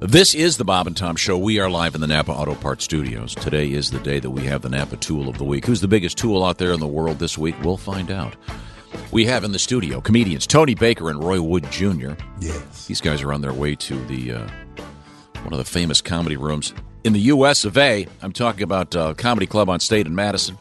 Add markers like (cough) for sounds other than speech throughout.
This is the Bob and Tom Show. We are live in the Napa Auto Parts Studios. Today is the day that we have the Napa Tool of the Week. Who's the biggest tool out there in the world this week? We'll find out. We have in the studio comedians Tony Baker and Roy Wood Jr. Yes. These guys are on their way to the uh, one of the famous comedy rooms in the U.S. of A. I'm talking about uh, Comedy Club on State in Madison.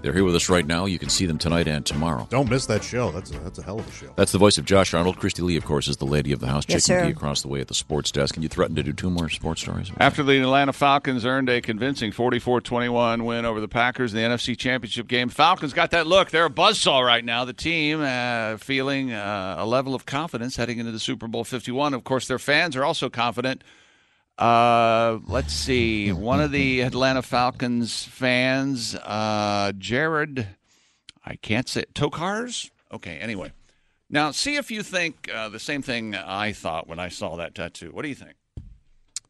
They're here with us right now. You can see them tonight and tomorrow. Don't miss that show. That's a, that's a hell of a show. That's the voice of Josh Arnold. Christy Lee, of course, is the lady of the house. Yes, Chicken sir. Dee across the way at the sports desk. And you threatened to do two more sports stories. After the Atlanta Falcons earned a convincing 44 21 win over the Packers in the NFC Championship game, Falcons got that look. They're a buzzsaw right now. The team uh, feeling uh, a level of confidence heading into the Super Bowl 51. Of course, their fans are also confident. Uh, let's see. One of the Atlanta Falcons fans, uh, Jared, I can't say Tokars? Okay, anyway. Now, see if you think uh, the same thing I thought when I saw that tattoo. What do you think?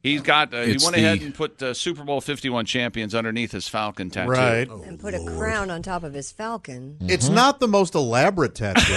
He's got. Uh, he It's went the- ahead and put uh, Super Bowl Fifty One champions underneath his Falcon tattoo. Right. and put a crown on top of his falcon. It's not the most elaborate tattoo.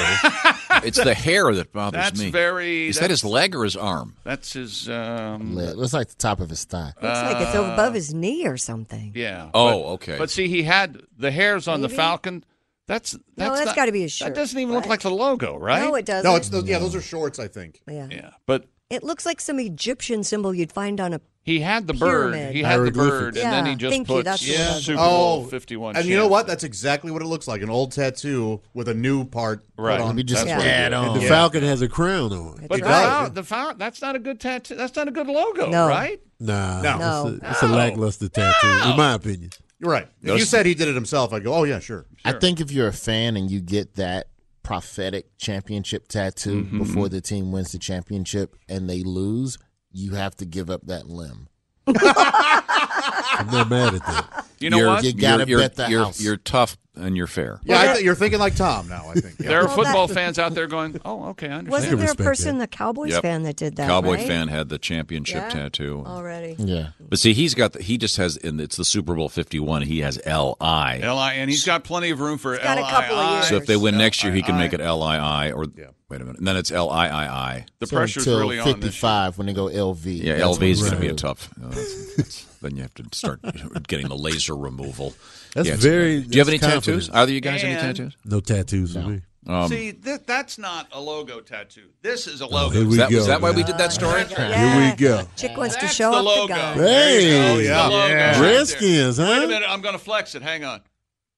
It's the hair that bothers That's me. very. Is That's, that his leg or his arm? That's his. Um, Yeah, it looks like the top of his thigh. Looks like it's over above his knee or something. yeah. Oh, But- okay. But see, he had the hairs on the Falcon. That's that's that's not- gotta be his shirt, That doesn't even look right? like the logo, right? No, it doesn't. no, it's those, yeah, those are shorts, I think. yeah. Yeah, but It looks like some Egyptian symbol you'd find on a. he had the bird. Pyramid. He had the Hieroglyphics. bird, and then Yeah, he just thank you, put that's the yeah, one. Super Oh, Bowl Fifty One. And you know what? That's exactly what it looks like—an old tattoo with a new part. put Right. on. Let me just That's what add it is. on. The Yeah. Falcon has a crown on it. But It the, does. Fal- the Fal- that's not a good tattoo. That's not a good logo, No. right? Nah, No. It's, a, it's a lackluster tattoo, in my opinion. You're right. If you Those- said he did it himself, I'd go, "Oh yeah, sure." I think if you're a fan and you get that prophetic championship tattoo Mm-hmm. before the team wins the championship and they lose, you have to give up that limb. yeah, I'm not mad at that. You know You're- what? You gotta you're, bet the you're, house. You're tough and you're fair. I th- you're thinking like Tom now. I think. Yeah. There are Well, football that- fans out there going, "Oh, okay, I understand." Wasn't there a respect person, the Cowboys Yep. fan, that did that? Cowboy right? fan had the championship Yeah. tattoo. Oh. already. Yeah. But see, he's got the, he just has and it's the Super Bowl 51. He has LI. Li, and E, he's got plenty of room for Li. got a couple of years. So if they win next year, he can LII. make it LII or wait a minute. And then it's LIII. The So pressure's until really on this. year. 55 when they go LV. Yeah, That's LV is going to right. be a tough. uh, that's- that's- then you have to (laughs) start getting the laser removal. That's Yeah, it's- very. Do you have any that's tattoos? confident. Either you guys any And- tattoos? No tattoos for me. Um, See, thi- that's not a logo tattoo. This is a logo. here we is that, go. was that why we did that story? Yeah. Here we go. Chick wants to That's show the off logo. the guy. Hey, There's the logo yeah. right there. Redskins, huh? Wait a minute, I'm going to flex it. Hang on.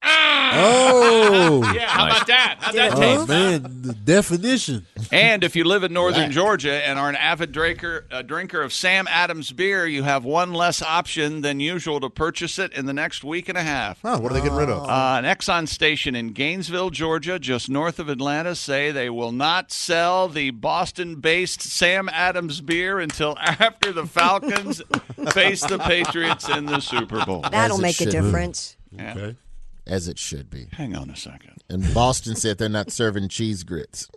Oh, (laughs) Yeah, how Nice. about that? How'd that it taste? oh man, the definition. And if you live in northern Georgia and are an avid drinker, uh, drinker of Sam Adams beer, you have one less option than usual to purchase it in the next week and a half. Huh, what are they getting rid of? Uh, an Exxon station in Gainesville, Georgia, just north of Atlanta, say they will not sell the Boston based Sam Adams beer until (laughs) after (laughs) the Falcons face the Patriots in the Super Bowl. That'll As it make a should be. difference. Okay. As it should be. Hang on a second. And Boston said they're not serving (laughs) cheese grits.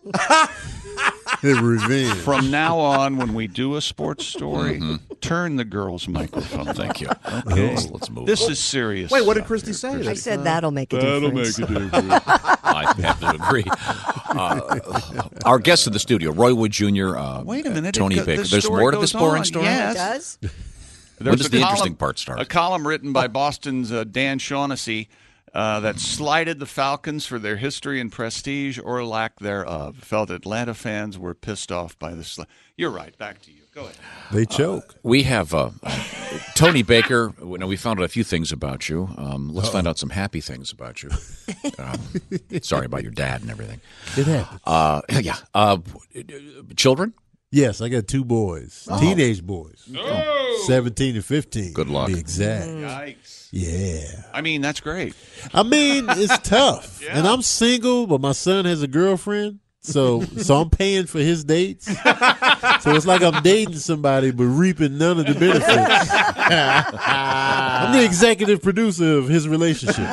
Revenge. From now on, when we do a sports story, turn the girls' microphone. Mm-hmm. Thank you. Let's, let's move. This on. is serious. Wait, what did stuff Christy here. say? I said that'll make a (laughs) difference. I have to agree. Uh, our guest in the studio, Roy Wood Jr. Uh, Wait a minute. it Tony go- Baker. this There's story more to this goes boring on, story. yes. It does? There's does a the interesting part start? A column written by Boston's uh, Dan Shaughnessy uh, that slighted the Falcons for their history and prestige or lack thereof. Felt Atlanta fans were pissed off by the sli- You're right. Back to you. Go ahead. They choke. We have uh, Tony Baker. You know, we found out a few things about you. Um, let's find out some happy things about you. Um, sorry about your dad and everything. it happens. Uh, yeah. Uh, children? Yes, I got two boys, Oh. teenage boys, seventeen and fifteen. Good luck. to be exact. Mm. Yikes. Yeah, I mean, that's great. I mean it's tough, and I'm single, but my son has a girlfriend, so so I'm paying for his dates. so it's like I'm dating somebody but reaping none of the benefits. I'm the executive producer of his relationship.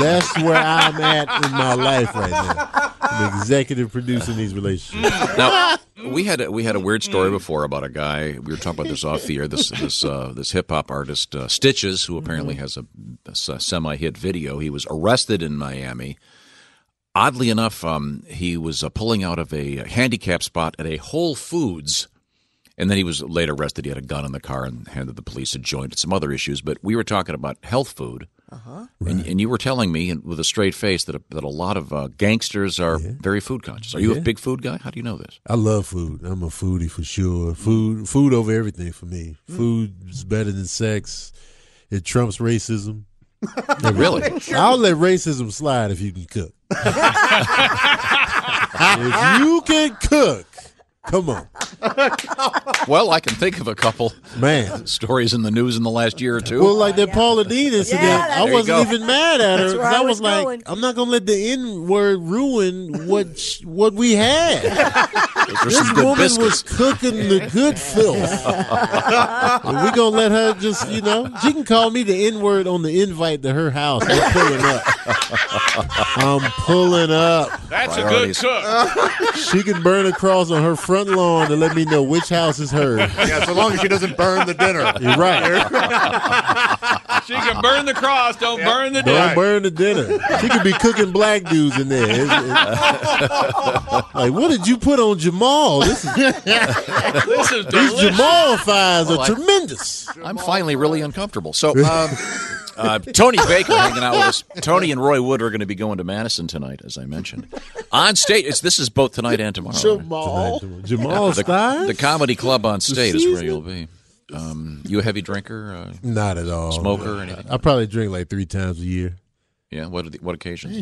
That's where I'm at in my life right now. I'm executive producing these relationships. Now we had a, we had a weird story before about a guy. We were talking about this off the air. This this uh, this hip hop artist uh, Stitches, who apparently has a, semi hit video. He was arrested in Miami. Oddly enough, um, he was uh, pulling out of a handicap spot at a Whole Foods And then he was later arrested. He had a gun in the car and handed the police a joint and some other issues. But we were talking about health food. And, and you were telling me and with a straight face that a, that a lot of uh, gangsters are very food conscious. Are you a big food guy? How do you know this? I love food. I'm a foodie for sure. Food, food over everything for me. Food's better than sex. It trumps racism. Really? I'll let racism slide if you (laughs) can cook. if you can cook, come on, well, I can think of a couple man. stories in the news in the last year or two. Well, like that Paula Dean incident, Yeah, that's- I There you wasn't go. even mad at her. That's where 'cause I I was was like, going. I'm not gonna let the N word ruin what sh- what we (laughs) had. There's This some good woman was biscuits. cooking the good filth. and we gonna let her just, you know, she can call me the N word on the invite to her house. I'm pulling up. I'm pulling up. That's Priorities. a good cook. She can burn a cross on her front lawn to let me know which house is hers. Yeah, so long as she doesn't burn the dinner. (laughs) You're right. She can burn the cross, don't burn the Don't dinner. burn the dinner. She could be cooking black dudes in there. (laughs) It's- it's- like, what did you put on Jamal? This is, This is these delicious. Jamalifiers are I- tremendous. I'm finally really uncomfortable. So, um, uh, Tony Baker hanging out with us. Tony and Roy Wood are going to be going to Madison tonight, as I mentioned. On stage, it's, this is both tonight and tomorrow. Jamal, Jamal the, Stein? the comedy club on state is where you'll be. Um, you a heavy drinker, uh, Not at all. smoker, or anything? I probably drink like three times a year, Yeah. What are the, what occasions?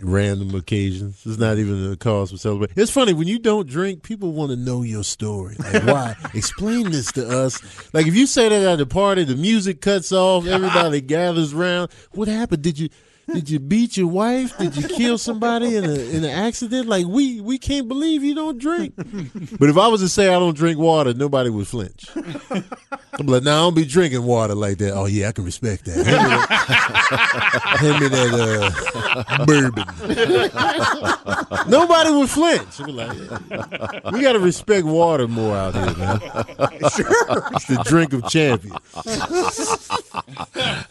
random occasions. It's not even a cause for celebration. It's funny when you don't drink, people want to know your story. Like, why? Explain this to us. Like, if you say that at a party, the music cuts off, everybody gathers round. What happened? Did you? Did you beat your wife? Did you kill somebody in a in an accident? Like we we can't believe you don't drink. But if I was to say I don't drink water, nobody would flinch. I'm like, no, I don't be drinking water like that. Oh yeah, I can respect that. Hand me that uh, bourbon. Nobody would flinch. I'd be like, we got to respect water more out here, man. Sure. It's the drink of champions. Uh,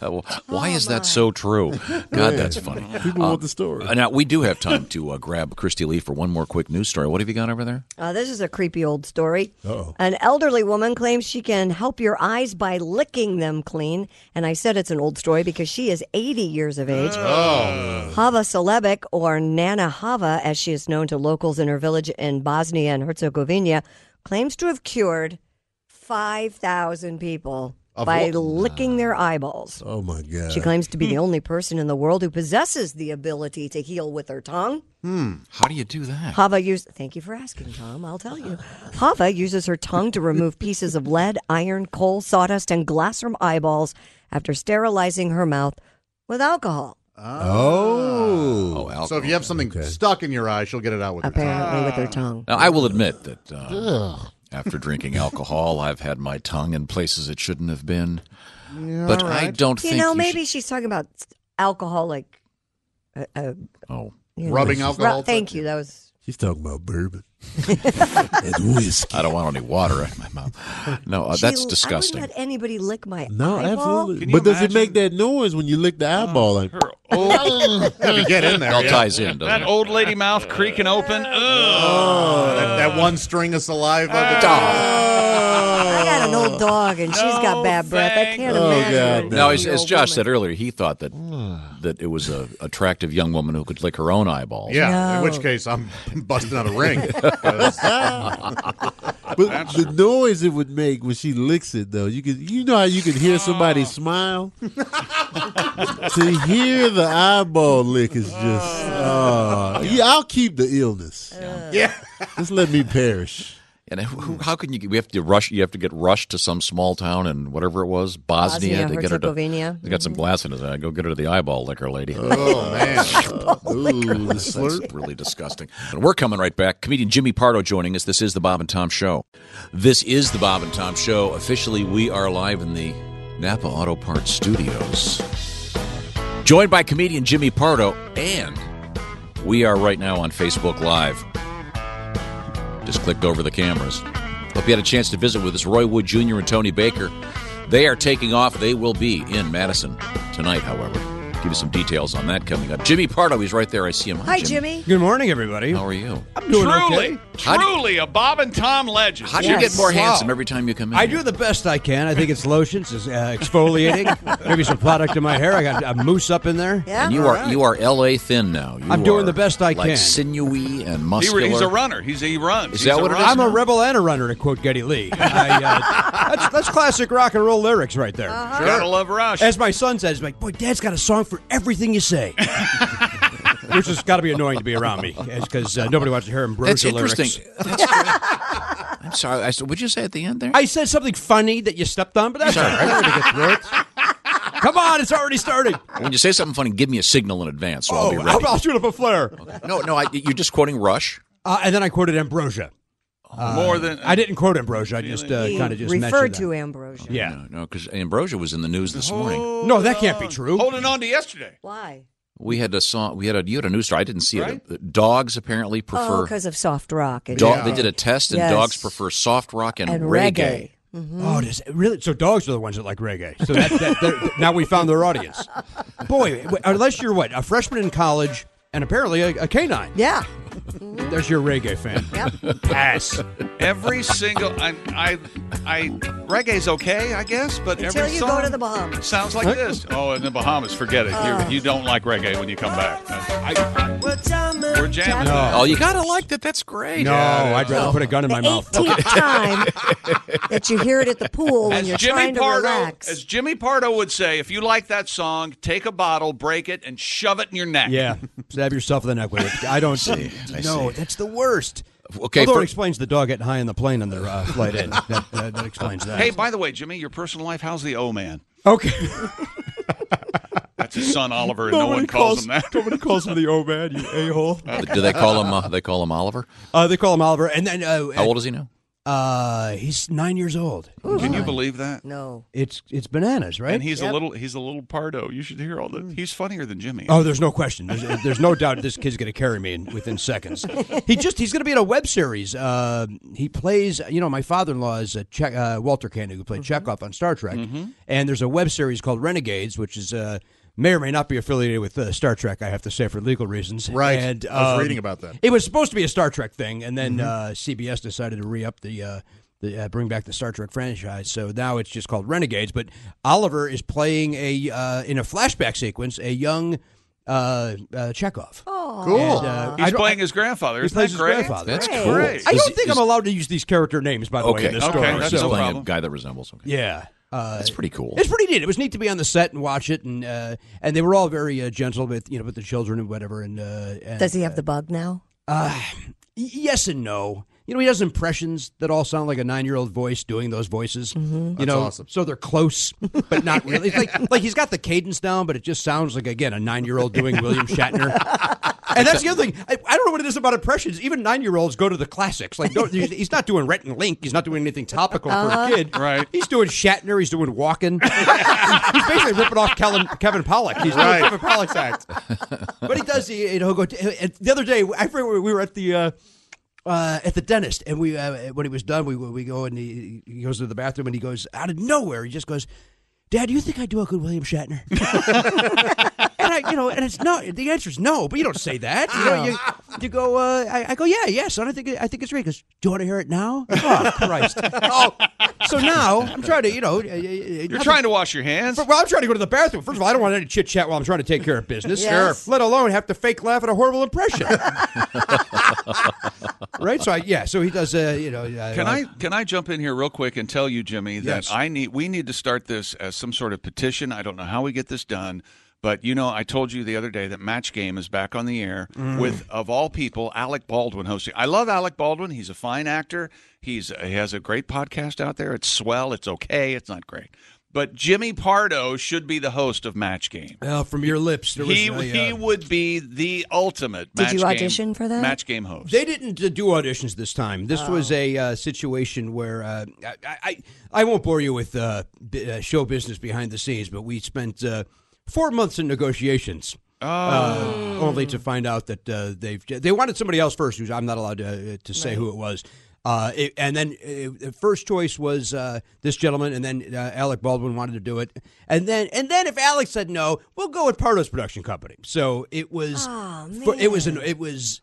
(laughs) well, why is that so true? God, that's funny. People want the story. Uh, Now we do have time to uh, grab Christy Lee for one more quick news story. What have you got over there? Uh, this is a creepy old story. Uh-oh. An elderly woman claims she can help your eyes by licking them clean. And I said it's an old story because she is 80 years of age. Oh. Hava Celebic, or Nana Hava, as she is known to locals in her village in Bosnia and Herzegovina, claims to have cured 5,000 people Of by what? licking their eyeballs. Oh my god. She claims to (laughs) be the only person in the world who possesses the ability to heal with her tongue. How do you do that? Hava use. Thank you for asking, Tom. I'll tell you. Hava uses her tongue to remove pieces of lead, iron, coal, sawdust, and glass from eyeballs after sterilizing her mouth with alcohol. oh. Oh, alcohol. So if you have something stuck in your eye, she'll get it out with her. tongue. Apparently, with her Ah. tongue. Now, I will admit that uh, after drinking alcohol, I've had my tongue in places it shouldn't have been. but I don't You think know, you maybe she's talking about alcohol, like uh, should- oh, you know, Rubbing ru- alcohol. Thank you. That was She's talking about bourbon and whiskey. I don't want any water in my mouth. No, uh, She- that's I disgusting. wouldn't let anybody lick my No, eyeball. absolutely. you But does it make imagine- Oh, that noise when you lick the eyeball? Like, (laughs) Oh. Had to get in there. It all yeah. ties in, doesn't That it? old lady mouth creaking open. Ugh. That, that one string of saliva. Ah. that- Oh. I got an old dog, and she's got No, bad breath. I thank can't you. Oh, imagine. God, what Now, an as, as old Josh woman- said earlier, he thought that that it was a attractive young woman who could lick her own eyeballs. Yeah, in No. which case I'm (laughs) busting out a (laughs) ring. But the noise it would make when she licks it, though, you could you know how you can hear somebody smile. to hear the eyeball lick is just ah. yeah. I'll keep the illness. yeah. Just let me perish. And who, Hmm. how can you? get- We have to rush. You have to get rushed to some small town in whatever it was, Bosnia, Bosnia, to get her to. Herzegovina. Mm-hmm. He's got some glass in his eye. Go get her to the eyeball liquor lady. Oh man. Ooh, the (laughs) That's slurp. really disgusting. And we're coming right back. Comedian Jimmy Pardo joining us. This is the Bob and Tom Show. This is the Bob and Tom Show. Officially, we are live in the Napa Auto Parts Studios. Joined by comedian Jimmy Pardo, and we are right now on Facebook Live. Just clicked over the cameras. Hope you had a chance to visit with us, Roy Wood Jr. and Tony Baker. They are taking off. They will be in Madison tonight, however. Give you some details on that coming up. Jimmy Pardo, he's right there. I see him. Hi, Jimmy. Good morning, everybody. How are you? Truly, How do- truly a Bob and Tom legend. How do you Yes. get more Wow. handsome every time you come in? I do the best I can. I think it's lotions, it's uh, (laughs) exfoliating, maybe some product in my hair. I got a mousse up in there. Yeah. And you All are right. you are L.A. thin now. You I'm doing are, the best I Like can. sinewy and He- muscular. he's a runner. He's he runs. Is He's that what it is? runner. I'm a rebel and a runner, to quote Getty Lee. I, (laughs) uh, that's, that's classic rock and roll lyrics right there. Gotta love Rush. As my son says, like, boy, Dad's got a song for everything (laughs) you say. Which has got to be annoying to be around me, because uh, nobody wants to hear That's Ambrosia lyrics. interesting. That's (laughs) great. I'm sorry. I, said- what'd you say at the end there? I said something funny that you stepped on, but that's all right. We're gonna get through it. Come on, it's already started. when you say something funny, give me a signal in advance, so I'll be Oh, I'll, ready. I'll shoot up a flare. no, no. I, you're just quoting Rush. Uh, and then I quoted Ambrosia. More than I didn't quote Ambrosia. I just uh, He kind of just referred mentioned to that. Ambrosia. Yeah. No, no, because Ambrosia was in the news this morning. No, that can't be true. holding on to yesterday. Why? We had a song. We had a you had a news story. I didn't see it. Uh, Right? Dogs apparently Oh, prefer. because of soft rock. And dog, They did a test, and Yes. dogs prefer soft rock and, And reggae. Oh, does, really? So dogs are the ones that like reggae. So that, that, they're- now we found their audience. Boy, w- unless you're what a freshman in college and apparently a, a canine. Yeah. There's your reggae fan. Yep. Pass. Every single I I I reggae's okay, I guess, but Until every you song go to the Bahamas. sounds like this. Oh, in the Bahamas, forget it. you you don't like reggae when you come back. I, I, we're jamming. Oh, you gotta like that. That's great. No, Oh, I'd rather put a gun in my the mouth. eighteenth (laughs) time that you hear it at the pool when you're As Jimmy trying to Pardo, relax. as Jimmy Pardo would say, if you like that song, take a bottle, break it, and shove it in your neck. Yeah, stab yourself in the neck with it. I don't see. I no, that's the worst. Okay, Although fir- it explains the dog getting high on the plane on their uh, flight in. That, that, that explains that. Hey, by the way, Jimmy, your personal life, how's the O man? okay. That's his son Oliver, and no one calls him that. Nobody calls him the old man, you a hole. Do they call him? Uh, they call him Oliver. Uh, they call him Oliver, and then uh, How old is he now? uh, he's nine years old. Can you believe that? no. It's it's bananas, right? And he's a little he's a little Pardo. You should hear all the he's funnier than Jimmy. Oh, there's no question. There's, (laughs) there's no doubt this kid's going to carry me in, within seconds. He just he's going to be in a web series. Uh, he plays, you know, my father-in-law is a che- uh, Walter Koenig who played Chekhov on Star Trek, and there's a web series called Renegades, which is uh, may or may not be affiliated with uh, Star Trek. I have to say for legal reasons. Right. And, I was um, reading about that. It was supposed to be a Star Trek thing, and then uh, CBS decided to re-up the. Uh, the, uh, bring back the Star Trek franchise, so now it's just called Renegades. But Oliver is playing a uh, in a flashback sequence a young uh, uh, Chekhov. Oh, Cool. He's playing his grandfather. He Isn't plays that his great? grandfather. That's Hey. cool. Great. I Is- don't think is- I'm allowed to use these character names, by the way, in Okay, this okay, story. that's He's no so, playing a problem. guy that resembles. Okay. yeah, uh, That's pretty cool. it's pretty neat. It was neat to be on the set and watch it, and uh, and they were all very uh, gentle with you know with the children and whatever. And, uh, and Does he have the bug now? Y- yes and no. You know, he does impressions that all sound like a nine-year-old voice doing those voices. You know, awesome. so they're close, but not really. It's like, like he's got the cadence down, but it just sounds like again a nine-year-old doing William Shatner. And that's the other thing. I, I don't know what it is about impressions. Even nine-year-olds go to the classics. Like, no, he's he's not doing Rhett and Link. He's not doing anything topical for a kid. Right. He's doing Shatner. He's doing Walken. (laughs) he's basically ripping off Kellen, Kevin Pollock. He's doing Kevin Pollock's act. But he does. He, he'll go. and the other day, I forget, we were at the uh, uh, at the dentist, and we uh, when he was done, we we go and he, he goes to the bathroom, and he goes out of nowhere. He just goes, "Dad, do you think I do a good William Shatner?" (laughs) and I, you know, and it's no. The answer is no, but you don't say that. You know, you, you go. Uh, I, I go, yeah, yeah, son. I think I think it's great. Because do you want to hear it now? Oh Christ! (laughs) oh, so now I'm trying to, you know, You're trying to wash your hands. well, I'm trying to go to the bathroom. First of all, I don't want any chit chat while I'm trying to take care of business. Yes. Let alone have to fake laugh at a horrible impression. right? So I, yeah. So he does. Uh, you know. Uh, Can I can I jump in here real quick and tell you, Jimmy, that Yes. I need we need to start this as some sort of petition. I don't know how we get this done, but you know, I told you the other day that Match Game is back on the air Mm. with, of all people, Alec Baldwin hosting. I love Alec Baldwin. He's a fine actor. He's he has a great podcast out there. It's swell. It's okay. It's not great, but Jimmy Pardo should be the host of Match Game. Well, uh, from your lips, there was He, a, uh, he would be the ultimate. Did match you game- audition for that? match game host? They didn't uh, do auditions this time. This was a uh, situation where uh, I, I I won't bore you with uh, b- uh, show business behind the scenes, but we spent uh, four months in negotiations. Uh, only to find out that uh, they've they wanted somebody else first. Who's I'm not allowed to, to uh, say who it was. Uh, it, and then uh the first choice was uh, this gentleman, and then uh, Alec Baldwin wanted to do it, and then and then if Alec said no, we'll go with Pardo's production company. So it was, for- it was an it was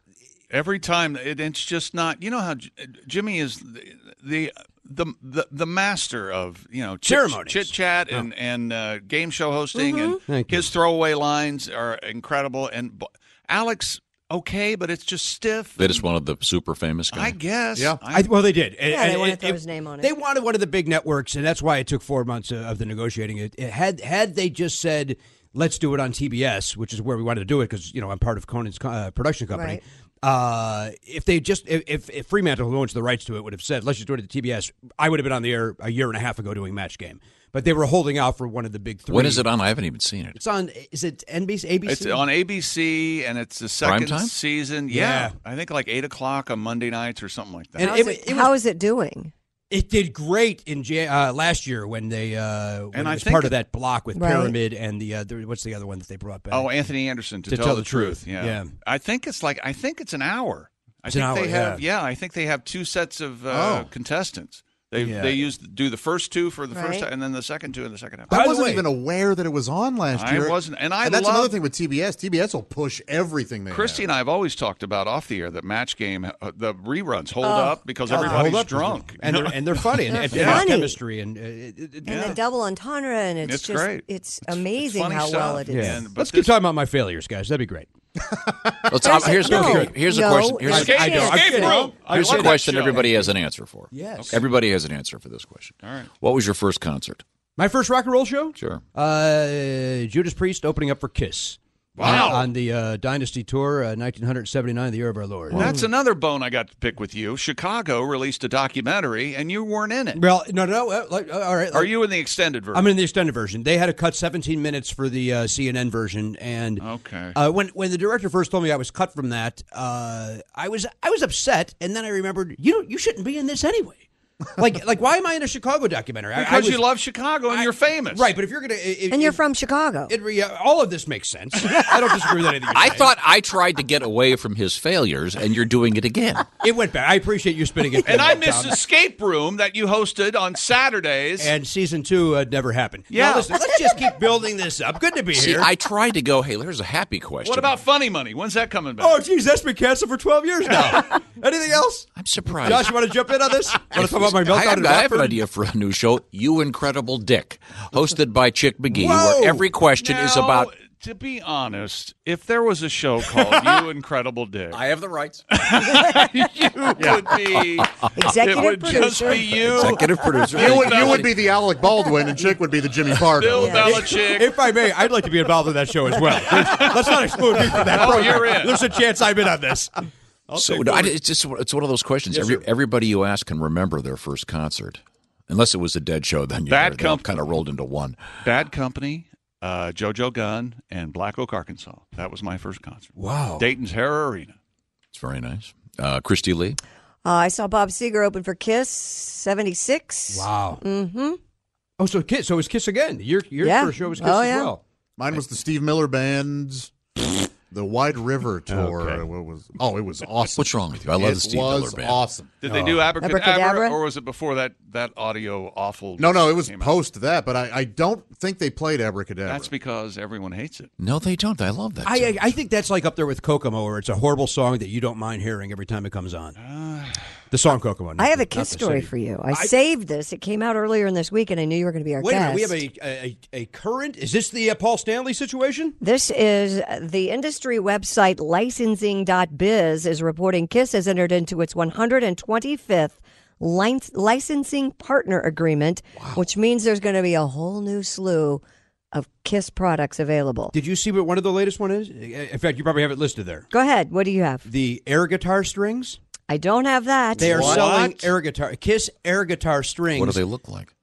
Every time, it, it's just not. You know how J- Jimmy is the the the, the, the master of you know Ceremonies. chit chat, and and uh, game show hosting, and his throwaway lines are incredible. And Bo- Alex, okay, but it's just stiff. They just wanted the super famous guy. I guess. Yeah. I, I, well, they did. And- Yeah, they and wanted to throw his name on it. They wanted one of the big networks, and that's why it took four months of, of the negotiating. It, it had had they just said, "Let's do it on TBS," which is where we wanted to do it because you know I'm part of Conan's co- uh, production company. Right. Uh, if they just if- if, if Fremantle, who owns the rights to it, would have said, "Let's just do it at TBS," I would have been on the air a year and a half ago doing Match Game. But they were holding out for one of the big three. when is it on? I haven't even seen it. (laughs) It's on. Is it NBC? ABC? It's on ABC, and it's the second Primetime? season. Yeah. Yeah. I think like eight o'clock on Monday nights or something like that. And How's it- it, it was- how is it doing? It did great in Jan- uh, last year when they uh, when And it I was think part of it- that block with Right. Pyramid and the other what's the other one that they brought back? Oh, Anthony Anderson to, To tell, the, truth. Yeah. Yeah. I think it's like I think it's an hour. I It's an think they hour, have yeah. I think they have two sets of uh, contestants. They Yeah. they use do the first two for the first Right. and then the second two in the second half. By I the wasn't way- even aware that it was on last I year. wasn't- and I that's love- another thing with TBS. TBS will push everything they. Christy and I have always talked about off the air that match game uh, the reruns hold up because hold everybody's up. drunk. and they're and they're funny and, and, They're and funny. chemistry and, uh, it- it- And Yeah. the double entendre, and it's, It's just great. it's amazing funny how well stuff. it is. Yeah. And- but let's this- keep talking about my failures, guys. That'd be great. Let's, uh, There's a- here's no, okay, here's a no, question. Here's, I- a- Escape, I don't- escape I room. I here's love a that question show. everybody has an answer for. Yes. Everybody has an answer for this question. All right. What was your first concert? My first rock and roll show. Sure. Uh, Judas Priest opening up for Kiss. Wow. Uh, on the uh, Dynasty tour, uh, 1979, the year of our Lord. That's another bone I got to pick with you. Chicago released a documentary and you weren't in it. Well, no, no. Uh, like, uh, all right. Are you in the extended version? I'm in the extended version. They had to cut 17 minutes for the uh, CNN version, and Okay. uh, when when the director first told me I was cut from that, uh, I was I was upset, and then I remembered you don't you shouldn't be in this anyway. (laughs) like like why am I in a Chicago documentary? I- I because you was- love Chicago and you're famous. right? But if you're gonna if, And you're if- from Chicago. it, re- uh, all of this makes (laughs) sense. I don't disagree with anything. You're I saying. thought I tried to get away from his failures, and you're doing it again. it went back. I appreciate you (laughs) spinning it. And I Tom. missed Escape Room that you hosted on Saturdays. And season two uh, never happened. Yeah. Now, listen, let's just keep building this up. Good to be See, here. I tried to go. Hey, here's a happy question. what about Funny Money? When's that coming back? oh, geez, that's been canceled for twelve (laughs) years now. anything else? I'm surprised. Josh, you want to jump in (laughs) on this? Want to talk about my I, meltdown? have, in I have an Rockford? idea for a new show, You Incredible Dick, hosted by Chick McGee, Whoa! where every question is Now, about. (laughs) To be honest, if there was a show called You Incredible Dick, I have the rights. (laughs) you would be. Executive it would producer. just be Oh. you, Executive producer. You would, you would be the Alec Baldwin, and Chick would be the Jimmy Bill Pardo. Belichick. (laughs) If I may, I'd like to be involved in that show as well. There's- let's not exclude me from that. Oh, program. you're in. There's a chance I'm in on this. So no, I, it's just it's one of those questions. Every, everybody you ask can remember their first concert, unless it was a dead show. Then you Bad they all comp- kind of rolled into one. Bad Company, uh, JoJo Gunn, and Black Oak, Arkansas. That was my first concert. Wow. Dayton's Hera Arena. It's very nice. Uh, Christy Lee. Uh, I saw Bob Seger open for Kiss '76. Wow. Mm-hmm. Oh, so Kiss. So it was Kiss again. Your your Yeah. first show was Kiss Oh, as yeah. well. Mine was the Steve Miller Band's the Wide River tour. What was? Oh, it was awesome. What's wrong with you? I love it the Steve was Miller band. awesome. Did they do Abracadabra, Abracadabra? or was it before that? That audio awful. No, no, it was came out? post that, but I, I don't think they played Abracadabra. That's because everyone hates it. No, they don't. I love that. I, song. I I think that's like up there with Kokomo, where it's a horrible song that you don't mind hearing every time it (sighs) comes on. the song Kokomo. I have a not Kiss the story city. for you. I, saved this. It came out earlier in this week, and I knew you were going to be our Wait a guest. minute. We have a, a a current. Is this the uh, Paul Stanley situation? This is uh, the industry website licensing.biz is reporting Kiss has entered into its 125th lin- licensing partner agreement, which means there's going to be a whole new slew of Kiss products available. Did you see what one of the latest one is? In fact, you probably have it listed there. Go ahead. What do you have? The air guitar strings. I don't have that. They are What? selling air guitar, Kiss air guitar strings. what do they look like?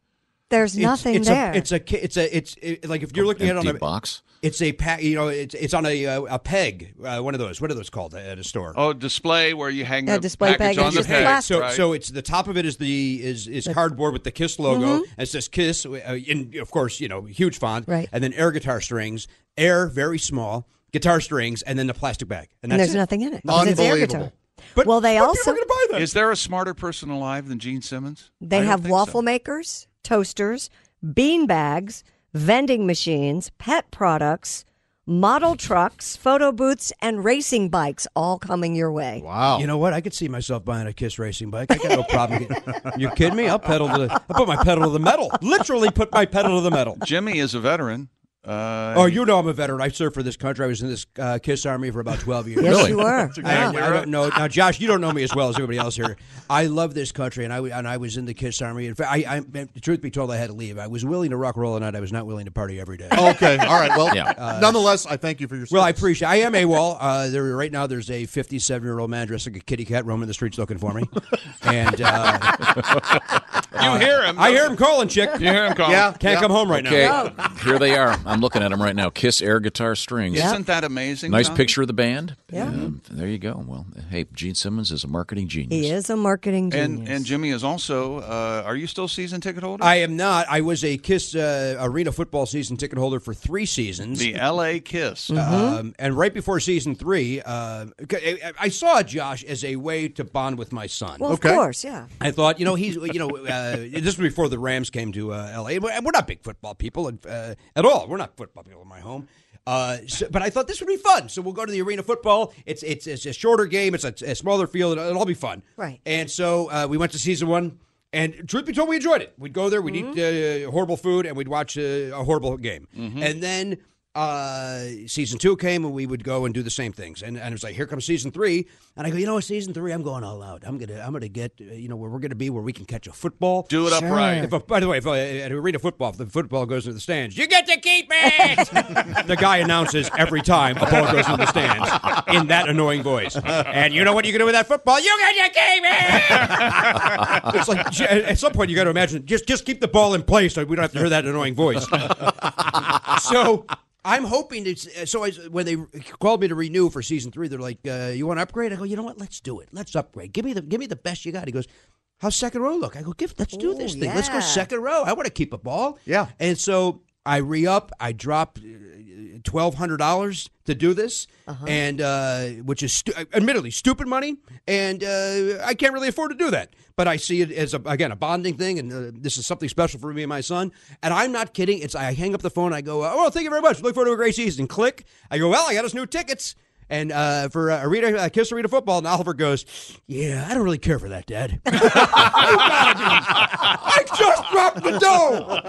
There's It's- nothing it's there. A, it's a ki- it's a it's it, like if you're looking at it Empty on a box. it's a pa- you know it's it's on a uh, a peg uh, one of those what are those called at a store. Oh, display where you hang Yeah, the display package package. on the It's peg. plastic. So, right? so it's the top of it is the is is cardboard with the Kiss logo and it says Kiss, uh, in of course you know huge font, Mm-hmm. Right. And then air guitar strings, air very small guitar strings, and then the plastic bag, and and that's there's it. nothing in it. 'cause it's air Unbelievable. guitar. But- well, they but also people are going to buy them. Is there a smarter person alive than Gene Simmons? I They don't have think so. waffle makers, toasters, bean bags, vending machines, pet products, model trucks, photo booths, and racing bikes all coming your way. Wow. You know what? I could see myself buying a Kiss racing bike. I got no problem. Getting, you kidding me? I'll pedal to the. I'll put my pedal to the metal. Literally, put my pedal to the metal. Jimmy is a veteran. Uh, (laughs) Oh, you know I'm a veteran. I served for this country. I was in this uh, Kiss Army for about 12 years. Yes, you were. I, Yeah. I don't know. Now, Josh, you don't know me as well as everybody else here. I love this country, and I w- and I was in the Kiss Army. In fact, I, I, the truth be told, I had to leave. I was willing to rock and roll all night. I was not willing to party every day. Okay. All right. Well, Yeah. nonetheless, I thank you for your. Uh, Well, I service. appreciate. I am AWOL. Uh, there right now. There's a 57 year old man dressed like a kitty cat roaming the streets looking for me, and uh, you hear him. I hear him calling, chick. You hear him calling. Yeah. Can't come home right Okay, now. here they are. I'm looking at them right now. Kiss Air Guitar Strings. Isn't that amazing? Nice Tom? picture of the band. Yeah. Um, there you go. Well, hey, Gene Simmons is a marketing genius. He is a marketing genius. And and Jimmy is also. Uh, are you still season ticket holder? I am not. I was a Kiss uh, Arena football season ticket holder for three seasons. the L.A. Kiss. Mm. Um, and right before season three, uh, I, I saw Josh as a way to bond with my son. well, Okay. of course, yeah. I thought, you know, he's, you know, uh, this was before the Rams came to uh, L.A. We're we're not big football people uh, at all. We're not football people in my home. Uh, so- but I thought this would be fun. So we'll go to the arena football. It's it's, it's a shorter game. It's a, a smaller field. It'll, all be fun. Right. And so uh, we went to season one. And truth be told, we enjoyed it. We'd go there. We'd eat uh, horrible food, and we'd watch uh, a horrible game. And then uh, season two came, and we would go and do the same things. And, and it was like, here comes season three. And I go, you know, what, season three, I'm going all out. I'm gonna, I'm gonna get, uh, you know, where we're gonna be, where we can catch a football. Do it upright. If a, by the way, if a, at arena football, if the football goes into the stands, you get to keep (laughs) it. the guy announces every time a ball goes into the stands in that annoying voice. And you know what you can do with that football? You get to keep (laughs) it. it's like j- at some point you got to imagine just just keep the ball in place so we don't have to hear that annoying (laughs) voice. so. I'm hoping it's uh, so. I, when they called me to renew for season three, they're like, uh, "You want to upgrade?" I go, "You know what? Let's do it. Let's upgrade. Give me the give me the best you got." He goes, "How's second row look?" I go, "Give. Let's do Ooh, this thing. Let's go yeah. second second row. I want to keep a ball. Yeah. And so I re up. I drop uh, twelve hundred dollars to do this, and uh, which is stu- admittedly stupid money, and uh, I can't really afford to do that. But I see it as a, again a bonding thing, and uh, this is something special for me and my son. And I'm not kidding. It's I hang up the phone. I go, oh, well, thank you very much. Look forward to a great season. Click. I go, well, I got us new tickets. And uh, for uh, Arena, uh, Kiss Arena football, and Oliver goes, "Yeah, I don't really care for that, Dad." I just dropped the dough.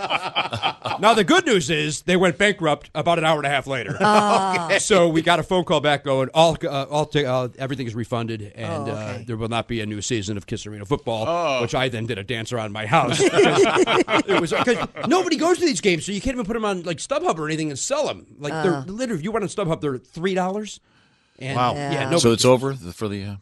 now the good news is they went bankrupt about an hour and a half later. Ah. (laughs) So we got a phone call back going. All, uh, all, ta- uh, everything is refunded, and Oh, uh, okay. there will not be a new season of Kiss Arena football, which I then did a dance around my house. (laughs) it was because nobody goes to these games, so you can't even put them on like StubHub or anything and sell them. Like they're Uh. literally, if you went on StubHub, they're three dollars. And, Wow. Yeah. Yeah. nobody- so it's over th- for the. Uh,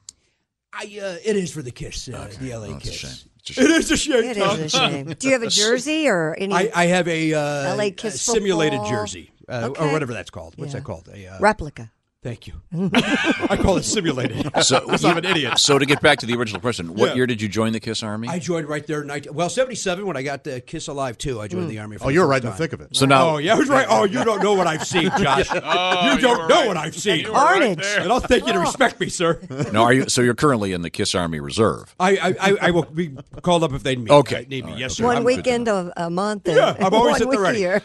I, uh, it is for the Kiss, uh, the LA Oh, it's a shame. Kiss. It's a shame. It is a shame. It Tom. is a shame. Do you have a jersey or any I, I have a, uh, LA a Kiss simulated football. jersey uh, or Okay. whatever that's called. What's Yeah. that called? A, uh, replica? thank you. (laughs) I call it (laughs) simulated. (laughs) So I'm an idiot. So to get back to the original question, what Yeah. year did you join the Kiss Army? I joined right there. In 19, well, seventy-seven when I got the Kiss Alive too. I Hmm. joined the army. For Oh, you're right in first the thick of it. Oh, so time. now, Oh yeah, I was right. Oh, you don't know what (laughs) I've seen, Josh. you don't know what I've seen. Carnage. Oh. and I'll thank you to respect me, sir. now are you? So you're currently in the Kiss Army Reserve. I, I, I, I will be called up if they need me. Okay. need me. Yes, sir. One I'm- weekend of a month. and Yeah, I'm (laughs) always one at the week ready. a year.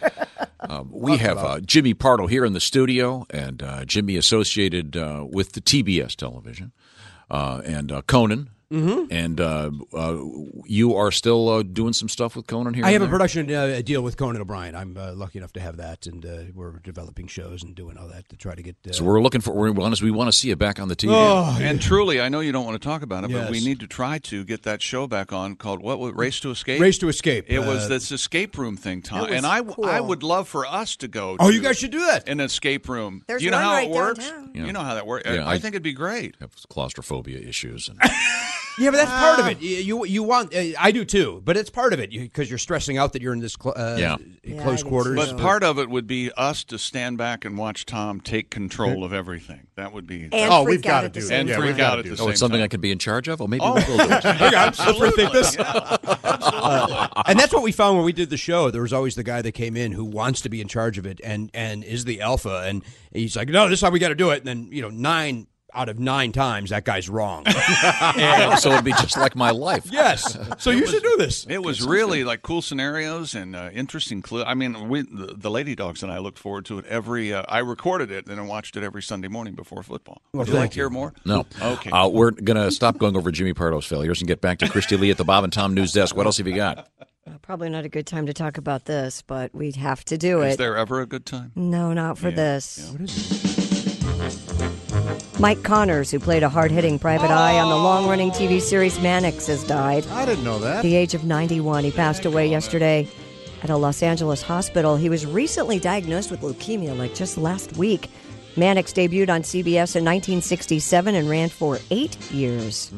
We have uh, Jimmy Pardo here in the studio, and uh, Jimmy associated uh, with the TBS television, uh, and uh, Conan. Mm-hmm. And uh, uh, you are still uh, doing some stuff with Conan here. I and have a there? production uh, deal with Conan O'Brien. I'm uh, lucky enough to have that, and uh, we're developing shows and doing all that to try to get. Uh, So we're looking for. We're honest. We want to see you back on the TV. And truly, I know you don't want to talk about it, but we Oh, Yes. need to try to get that show back on called what? what, Race to Escape. Race to Escape. It Uh, was this escape room thing, Tom, It was and I w- I cool. would love for us to go. Oh, to you guys should do that. an escape room. There's Do you know one how right it works. downtown. Yeah. You know how that works. Yeah, I, I- think it'd be great. Have claustrophobia issues. (laughs) And, Yeah, but that's part of it. You ah, you, you want uh, I do too, but it's part of it because you, are stressing out that you're in this cl- uh, Yeah. Yeah, I close do too. quarters. But part of it would be us to stand back and watch Tom take control of everything. That would be And oh, freak we've out got to at the do it. same and yeah, time. we've freak gotta out at do the it. oh, same it's something time. I could be in charge of. Oh, maybe (laughs) we'll do (laughs) it. yeah, I'm supposed to rethink this. and that's what we found when we did the show. There was always the guy that came in who wants to be in charge of it and and is the alpha, and he's like, no, this is how we got to do it. And then you know nine out of nine times that guy's wrong. (laughs) so it'd be just like my life. yes. So you should do this. It was really like cool scenarios and uh, interesting clue. I mean, we, the, the Lady Dogs and I looked forward to it every. Uh, I recorded it and I watched it every Sunday morning before football. Would you like to hear more? No. Okay. Uh, we're going to stop going over Jimmy Pardo's failures and get back to Christy Lee at the Bob and Tom News Desk. What else have you got? Probably not a good time to talk about this, but we'd have to do Is it. there ever a good time? No, not for this. What is it? Mike Connors, who played a hard hitting private eye on the long running TV series Mannix, has died. I didn't know At that. the age of 91, he passed away yesterday at a Los Angeles hospital. He was recently diagnosed with leukemia, like just last week. Mannix debuted on CBS in 1967 and ran for eight years.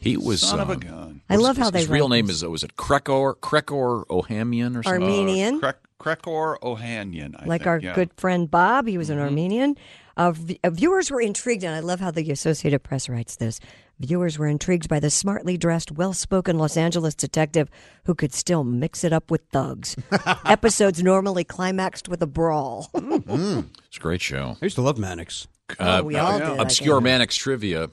He was. Son of a um, gun. I love how Hmm. his, they his real write name this. is uh, was it Krekor Krekor Ohamian or something? Armenian. Krek- Krekor Uh, Ohanian. I like think, our yeah. good friend Bob. He was Mm-hmm. an Armenian. Uh, v- uh, viewers were intrigued, and I love how the Associated Press writes this. Viewers were intrigued by the smartly dressed, well spoken Los Angeles detective who could still mix it up with (laughs) thugs. Episodes normally climaxed with a brawl. Uh, It's a great show. I used to love Mannix. (laughs) Oh, we all did, I Obscure think. Mannix trivia.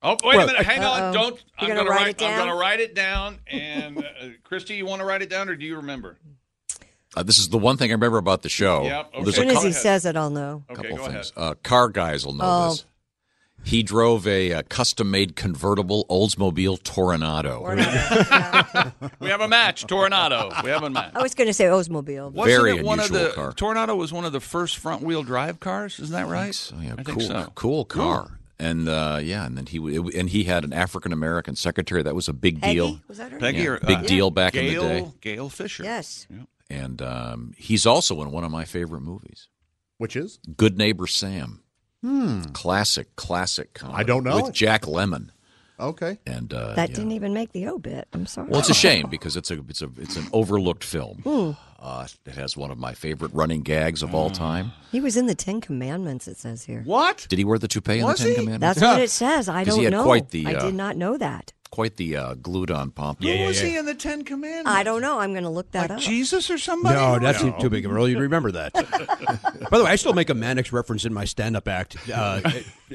Oh wait a minute! Hang on! Uh-oh. Don't. You I'm gonna gonna write write. it I'm down? gonna write (laughs) it down. And uh, Christy, you want to write it down, or do you remember? Uh, this is the one thing I remember about the show. Yep, okay. There's As soon a as cou- he says it, I'll know. Okay, couple go ahead. things. (laughs) Uh, car guys will know Oh. this. He drove a, uh custom-made convertible Oldsmobile Toronado. Or not. Yeah. We have a match. (laughs) Tornado. We have a match. I was going to say Oldsmobile. but- What? Very Wasn't it one of unusual the, car. Tornado was one of the first front-wheel drive cars. Isn't that right? So, yeah, I cool, think so. cool car. And uh, yeah, and then he w- and he had an African American secretary. That was a big Peggy? deal. Was that her? Peggy, Yeah, or, uh, big deal back in the Gail, day. Gail Fisher. Yes. And um, he's also in one of my favorite movies, Which is? Good Neighbor Sam. Classic, classic comedy. I don't know With it. Jack Lemon. Okay. And uh, That yeah. didn't even make the O bit. I'm sorry. (laughs) Well, it's a shame because it's a it's a it's an overlooked film. Uh, it has one of my favorite running gags of all time. he was in the Ten Commandments, it says here. What? Did he wear the toupee in the Was Ten he? Commandments? That's what it says. I 'Cause don't he had know. quite the, I uh, did not know that. Quite the uh, glued-on pomp. Who was he in the Ten Commandments? I don't know. I'm going to look that up. Jesus or somebody? No, that's too big of a role. You remember (laughs) that. By the way, I still make a Mannix reference in my stand-up act. Uh,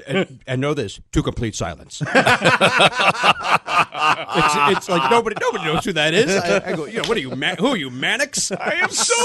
and, and know this: to complete silence. (laughs) it's, it's like nobody, nobody knows who that is. I, I go, you know, what are you? Man- who are you, Mannix? I (laughs) am so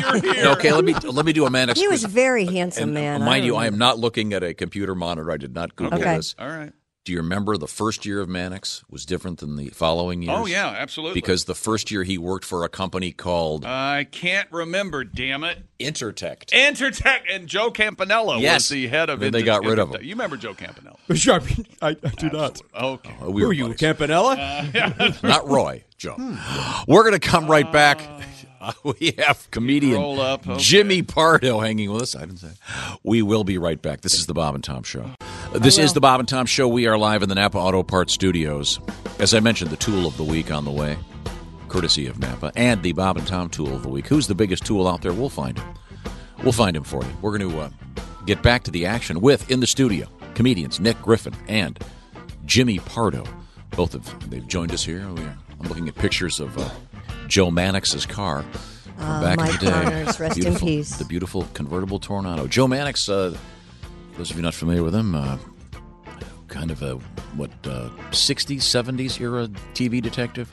(laughs) you're here. Okay, let me let me do a man. He was a very handsome And man. Mind don't you, I am know. not looking at a computer monitor. I did not Google Okay. this. All right. Do you remember the first year of Mannix was different than the following years? Oh yeah, absolutely. Because the first year he worked for a company called I can't remember. Damn it. Intertech. Intertech and Joe Campanella was Yes. the head of. Then they Inter- got rid of Intertech. him. You remember Joe Campanella? Sure, I, mean, I, I do not. Okay. Oh, we Who were are you, Hmm. buddies. Campanella? Not Roy, Joe. We're going to come right back. (laughs) we have comedian Oh. Roll up, okay. Jimmy Pardo hanging with us. I didn't say. We will be right back. This is the Bob and Tom Show. This is the Bob and Tom Show. We are live in the Napa Auto Parts Studios. As I mentioned, the tool of the week on the way, courtesy of Napa, and the Bob and Tom tool of the week. Who's the biggest tool out there? We'll find him. We'll find him for you. We're going to uh, get back to the action with in the studio comedians Nick Griffin and Jimmy Pardo. Both of they've joined us here. We are, I'm looking at pictures of uh, Joe Mannix's car from back Uh, Mike in the day. Connors, rest in Beautiful- peace. The beautiful convertible Tornado. Joe Mannix. Uh, those of you not familiar with him, uh, kind of a what uh, 60s, 70s era TV detective.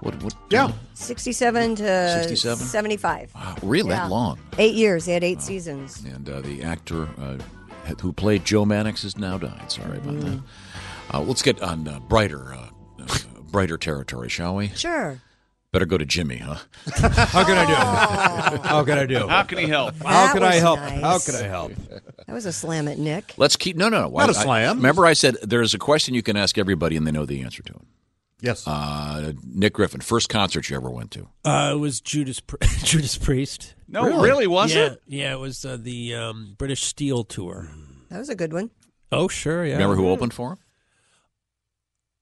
What? What? Yeah. 67 to 67? 75. Wow, uh, really Yeah. that long? Eight years. They had eight seasons. And uh, the actor uh, who played Joe Mannix has now died. Sorry about Mm. that. Uh, let's get on uh, brighter, uh, uh, brighter territory, shall we? Sure. Oh, Better go to Jimmy, huh? How can I do? How can I do? How can he help? How That can I was help? nice. How can I help? That was a slam at Nick. Let's keep. No, no, no. Not a a slam. remember, I said there is a question you can ask everybody, and they know the answer to it. Yes. Uh, Nick Griffin, first concert you ever went to? Uh, it was Judas Pri- (laughs) Judas Priest. No, really, was yeah, it? yeah, it was uh, the um, British Steel tour. Mm-hmm. That was a good one. Oh, sure, yeah. Remember who opened for him?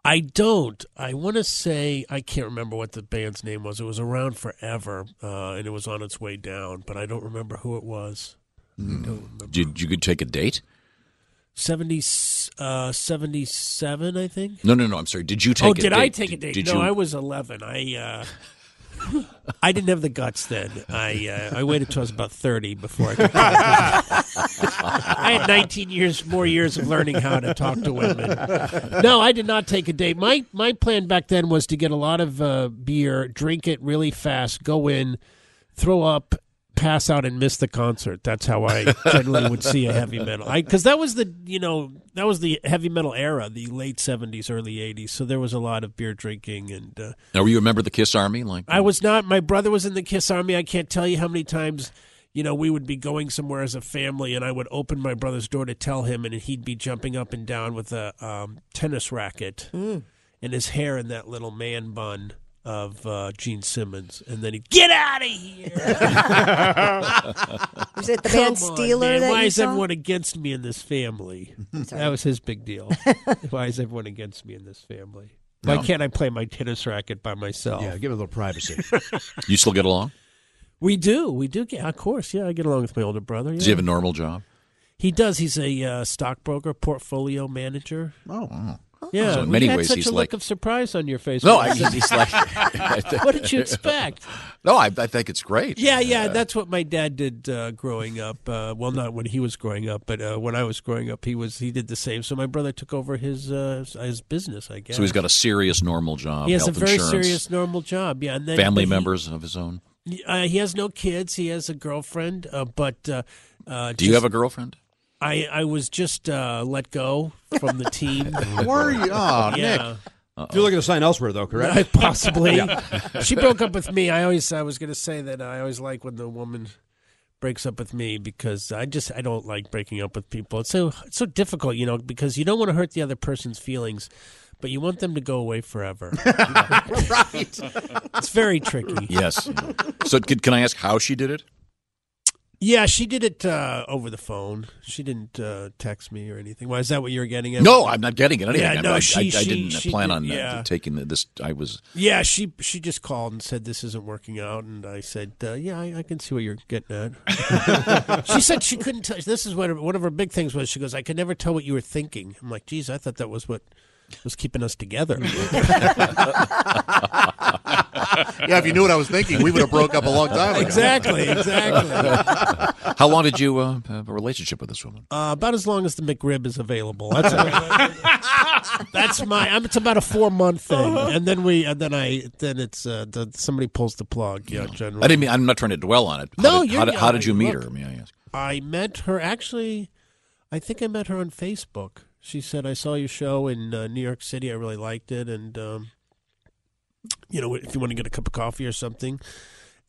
I don't. I want to say I can't remember what the band's name was. It was around forever, uh, and it was on its way down, but I don't remember who it was. I don't remember. Did you could take a date? 70, uh, 77, I think. No, no, no. I'm sorry. Did you take? oh, a did date? I take a date? Did no, you? I was eleven. I uh, (laughs) I didn't have the guts then. I uh, I waited till I was about thirty before I. Could (laughs) I had 19 years more years of learning how to talk to women. No, I did not take a date. My my plan back then was to get a lot of uh, beer, drink it really fast, go in, throw up, pass out, and miss the concert. That's how I generally would see a heavy metal. Because that was the you know that was the heavy metal era, the late 70s, early 80s. So there was a lot of beer drinking and. Uh, Now, were you a member of the Kiss Army? Like I was not. My brother was in the Kiss Army. I can't tell you how many times, you know, we would be going somewhere as a family, and I would open my brother's door to tell him, and he'd be jumping up and down with a um, tennis racket and his hair in that little man bun of uh, Gene Simmons, and then he'd get out of here. Was it the Come band on, Steeler man. that Why you is saw? everyone against me in this family? Sorry. That was his big deal. (laughs) Why is everyone against me in this family? Why No. can't I play my tennis racket by myself? Yeah, give it a little privacy. you still get along? We do. We do get, of course. Yeah, I get along with my older brother. Does yeah. he have a normal job? He does. He's a uh, stockbroker, portfolio manager. Oh, Yeah. So in Well, many you had ways, such he's a like- look of surprise on your face. No, when I, (laughs) said he's like. (laughs) (laughs) What did you expect? No, I, I think it's great. Yeah, yeah, that's what my dad did uh, growing up. Uh, well, not when he was growing up, but uh, when I was growing up, he was he did the same. So my brother took over his uh, his business, I guess. So he's got a serious normal job. he has a health very insurance, serious normal job. Yeah, and then family but he- members of his own. Uh, he has no kids. He has a girlfriend, uh, but uh, uh, Do you have a girlfriend? I, I was just uh, let go from the (laughs) team. where are you? Oh, yeah, You're looking to sign elsewhere, though, correct? I- (laughs) possibly. She broke up with me. I always I was going to say that I always like when the woman breaks up with me because I just I don't like breaking up with people. It's so it's so difficult, you know, because you don't want to hurt the other person's feelings, but you want them to go away forever. right. it's very tricky. Yes. so could, can I ask how she did it? Yeah, she did it uh, over the phone. She didn't uh, text me or anything. Why is that what you were getting at? No, I'm not getting it. Anything. Yeah, I'm- no, I, I- she- I, she- didn't she plan did- on uh, yeah. taking this. I was. Yeah, she she just called and said this isn't working out, and I said, uh, yeah, I, I can see what you're getting at. (laughs) she said she couldn't tell. This is what her- one of her big things was. She goes, I could never tell what you were thinking. I'm like, geez, I thought that was what was keeping us together. (laughs) yeah. If you knew what I was thinking, we would have broke up a long (laughs) time ago. exactly, exactly. How long did you uh, have a relationship with this woman? Uh, about as long as the McRib is available. That's (laughs) that's my. I'm, it's about a four month thing, and then we, and then I, then it's uh, the, somebody pulls the plug. Yeah, generally. I didn't mean. I'm not trying to dwell on it. How No, did, you're- how, did- how did you meet look. her? May I ask? I met her actually. I think I met her on Facebook. She said, "I saw your show in uh, New York City. I really liked it, and um, you know, if you want to get a cup of coffee or something."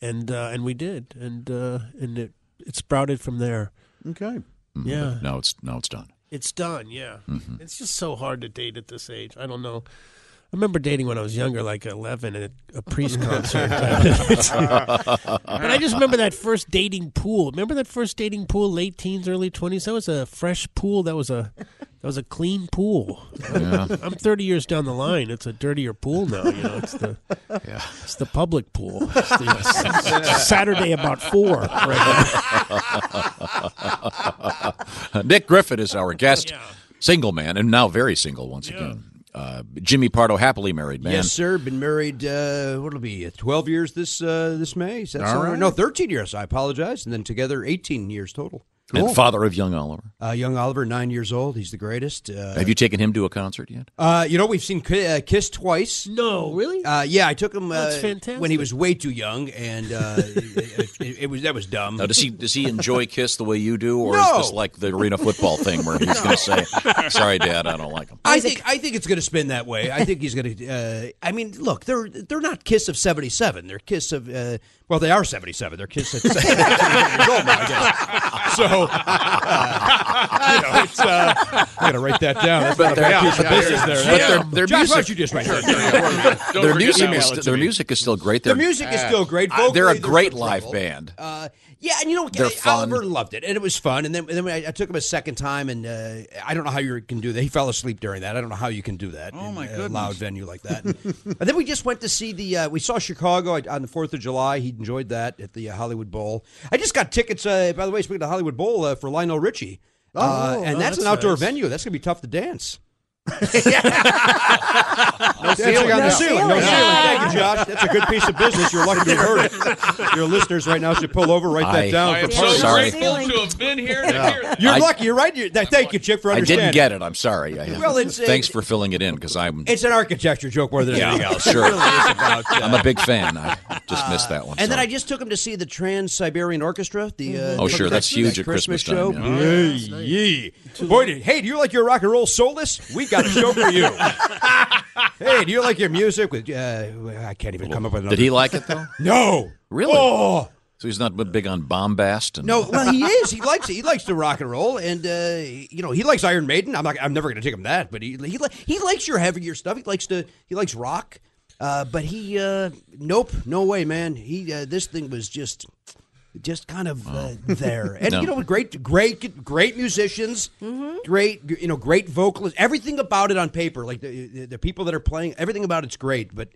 And uh, and we did, and uh, and it it sprouted from there. Okay. Mm, Yeah. but Now it's now it's done. (laughs) It's done, yeah. It's just so hard to date at this age. I don't know. I remember dating when I was younger, like 11, at a priest concert. but I just remember that first dating pool. Remember that first dating pool, late teens, early 20s? That was a fresh pool. That was a that was a clean pool. I'm 30 years down the line. It's a dirtier pool now. You know, it's the it's the public pool. It's the, it's Saturday about four. Right now. Nick Griffith is our guest, Yeah. single man, and now very single once again. Uh, Jimmy Pardo, happily married man. Yes, sir. Been married. Uh, what'll it be? uh, Twelve years this uh, this May. Is that All sound right? right. No, thirteen years. I apologize. And then together, eighteen years total. and father of young Oliver. Uh, young Oliver, nine years old. He's the greatest. Uh, Have you taken him to a concert yet? uh, you know, we've seen Ki- uh, Kiss twice. No, really? Uh, yeah, I took him uh, That's fantastic. when he was way too young, and uh, (laughs) it, it- it was that was dumb. Now, does he does he enjoy Kiss the way you do, or No. is this like the arena football thing where he's going to (laughs) say, "Sorry, Dad, I don't like him." I think I think it's going to spin that way. I think he's going to. (laughs) Uh, I mean, look, they're they're not Kiss of seventy seven. They're Kiss of uh, well, they are seventy seven. They're Kiss of (laughs) 77 years old now, I guess. So uh, (laughs) you know, it's, uh, I got to write that down. That's not a bad piece of business there. But their- their Josh, why music- don't you just write that down? Don't Their forget music that is one. their music is still great. The They're- music is still great. Uh, they're a Vocally, great some live trouble. band. Uh, yeah, and you know, They're I, fun. Oliver loved it, and it was fun. And then, and then I, I took him a second time, and uh, I don't know how you can do that. He fell asleep during that. I don't know how you can do that. Oh, in my A goodness. loud venue (laughs) like that. and then we just went to see the. Uh, we saw Chicago on the Fourth of July. He enjoyed that at the uh, Hollywood Bowl. I just got tickets. Uh, by the way, Oh, speaking of the Hollywood Bowl, uh, for Lionel Richie. Uh, and that's, that's an outdoor nice. venue. That's going to be tough to dance. no ceiling. No No ceiling. No ceiling. ceiling. Thank you, Josh. That's a good piece of business. You're lucky to have heard (laughs) it. Your listeners right now should pull over, write I- that down. I for am so part of- Sorry. grateful to have been here to hear that. You're I- lucky. You're right. You're, that, thank you, Chick, for I understanding. didn't get it. I'm sorry. I, Well, it's- uh, thanks for filling it in because I'm It's an architecture joke more than anything yeah else. (laughs) sure. About, uh, I'm a big fan. I just missed that one. And then sorry. I just took him to see the Trans Siberian Orchestra. The uh, Oh, sure, that's huge at Christmas, show. Christmas time, Yee. Boy, did, hey, do you like your rock and roll soulless? We got a show (laughs) for you. hey, do you like your music? With uh, I can't even come up with another. Did he like it (laughs) though? No. Really? Oh. So he's not big on bombast and No, well, he is. He likes it. He likes to rock and roll, and uh, you know he likes Iron Maiden. I'm not. I'm never going to take him that, but he he, li- he likes your heavier stuff. He likes to. He likes rock, uh, but he uh, nope, no way, man. He uh, this thing was just. Just kind of uh, there, and you know, great, great, great musicians, great, you know, great vocalists. Everything about it on paper, like the, the the people that are playing, everything about it's great, but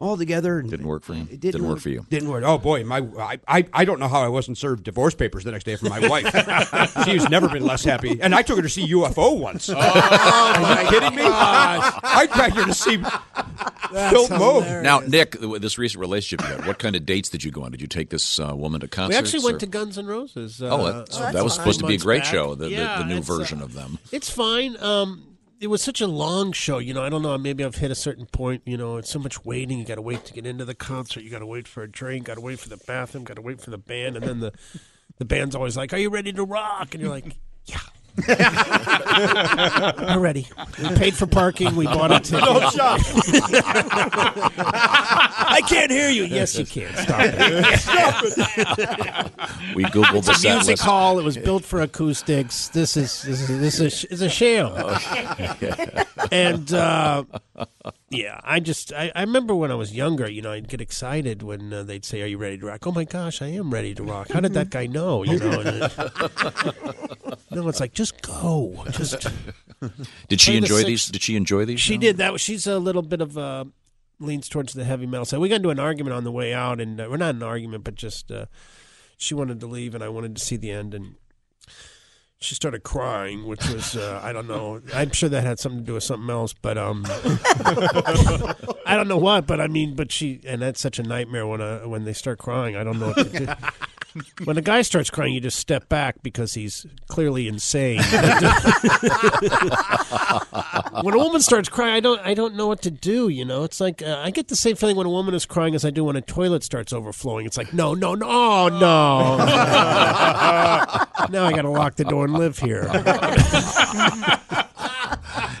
all together Didn't work for him. It Didn't work for you. Didn't work. Oh boy, my I, I I don't know how I wasn't served divorce papers the next day from (laughs) my wife. She's never been less happy. And I took her to see UFO once. Oh, Are you kidding me? I dragged her to see Phil Moe. Now, Nick, this recent relationship you had, what kind of dates did you go on? Did you take this uh, woman to We concerts? actually or- went to Guns N' Roses. Uh, Oh, that, so a that was few supposed to be a months great back. show, the, the- Yeah, the, new it's, uh, version of (laughs) them. It's fine. Um, it was such a long show. You know, I don't know. Maybe I've hit a certain point. You know, it's so much waiting. You got to wait to get into the concert. You got to wait for a drink. Got to wait for the bathroom. Got to wait for the band. And then the the band's always like, "Are you ready to rock?" And you're like, "Yeah." I'm ready. We paid for parking. We bought a ticket. (laughs) I can't hear you. Yes, you can. Stop it. We Googled the set Music list. hall. It was built for acoustics. This is this is this is it's a sham. and uh, yeah, I just I, I remember when I was younger, you know, I'd get excited when uh, they'd say, "Are you ready to rock?" Oh my gosh, I am ready to rock. How did that guy know? You know. And, (laughs) it- no, it's like just go, just Did she Play the enjoy six- these? Did she enjoy these? she No? did that. She's a little bit of uh, leans towards the heavy metal side. We got into an argument on the way out, and uh, we're not an argument, but just uh, she wanted to leave, and I wanted to see the end, and she started crying, which was uh, I don't know. I'm sure that had something to do with something else, but um, (laughs) I don't know what. But I mean, but she, and that's such a nightmare when uh, when they start crying. I don't know. What to do. When a guy starts crying, you just step back because he's clearly insane. when a woman starts crying, I don't, I don't know what to do. You know, it's like uh, I get the same feeling when a woman is crying as I do when a toilet starts overflowing. It's like, no, no, no, oh, no. (laughs) now I got to lock the door and live here.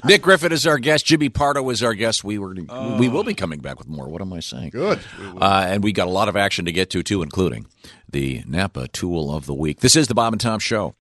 Nick Griffith is our guest. Jimmy Pardo is our guest. We were, we will Oh. be coming back with more. What am I saying? Good. Uh, and we got a lot of action to get to too, including the Napa Tool of the Week. This is the Bob and Tom Show.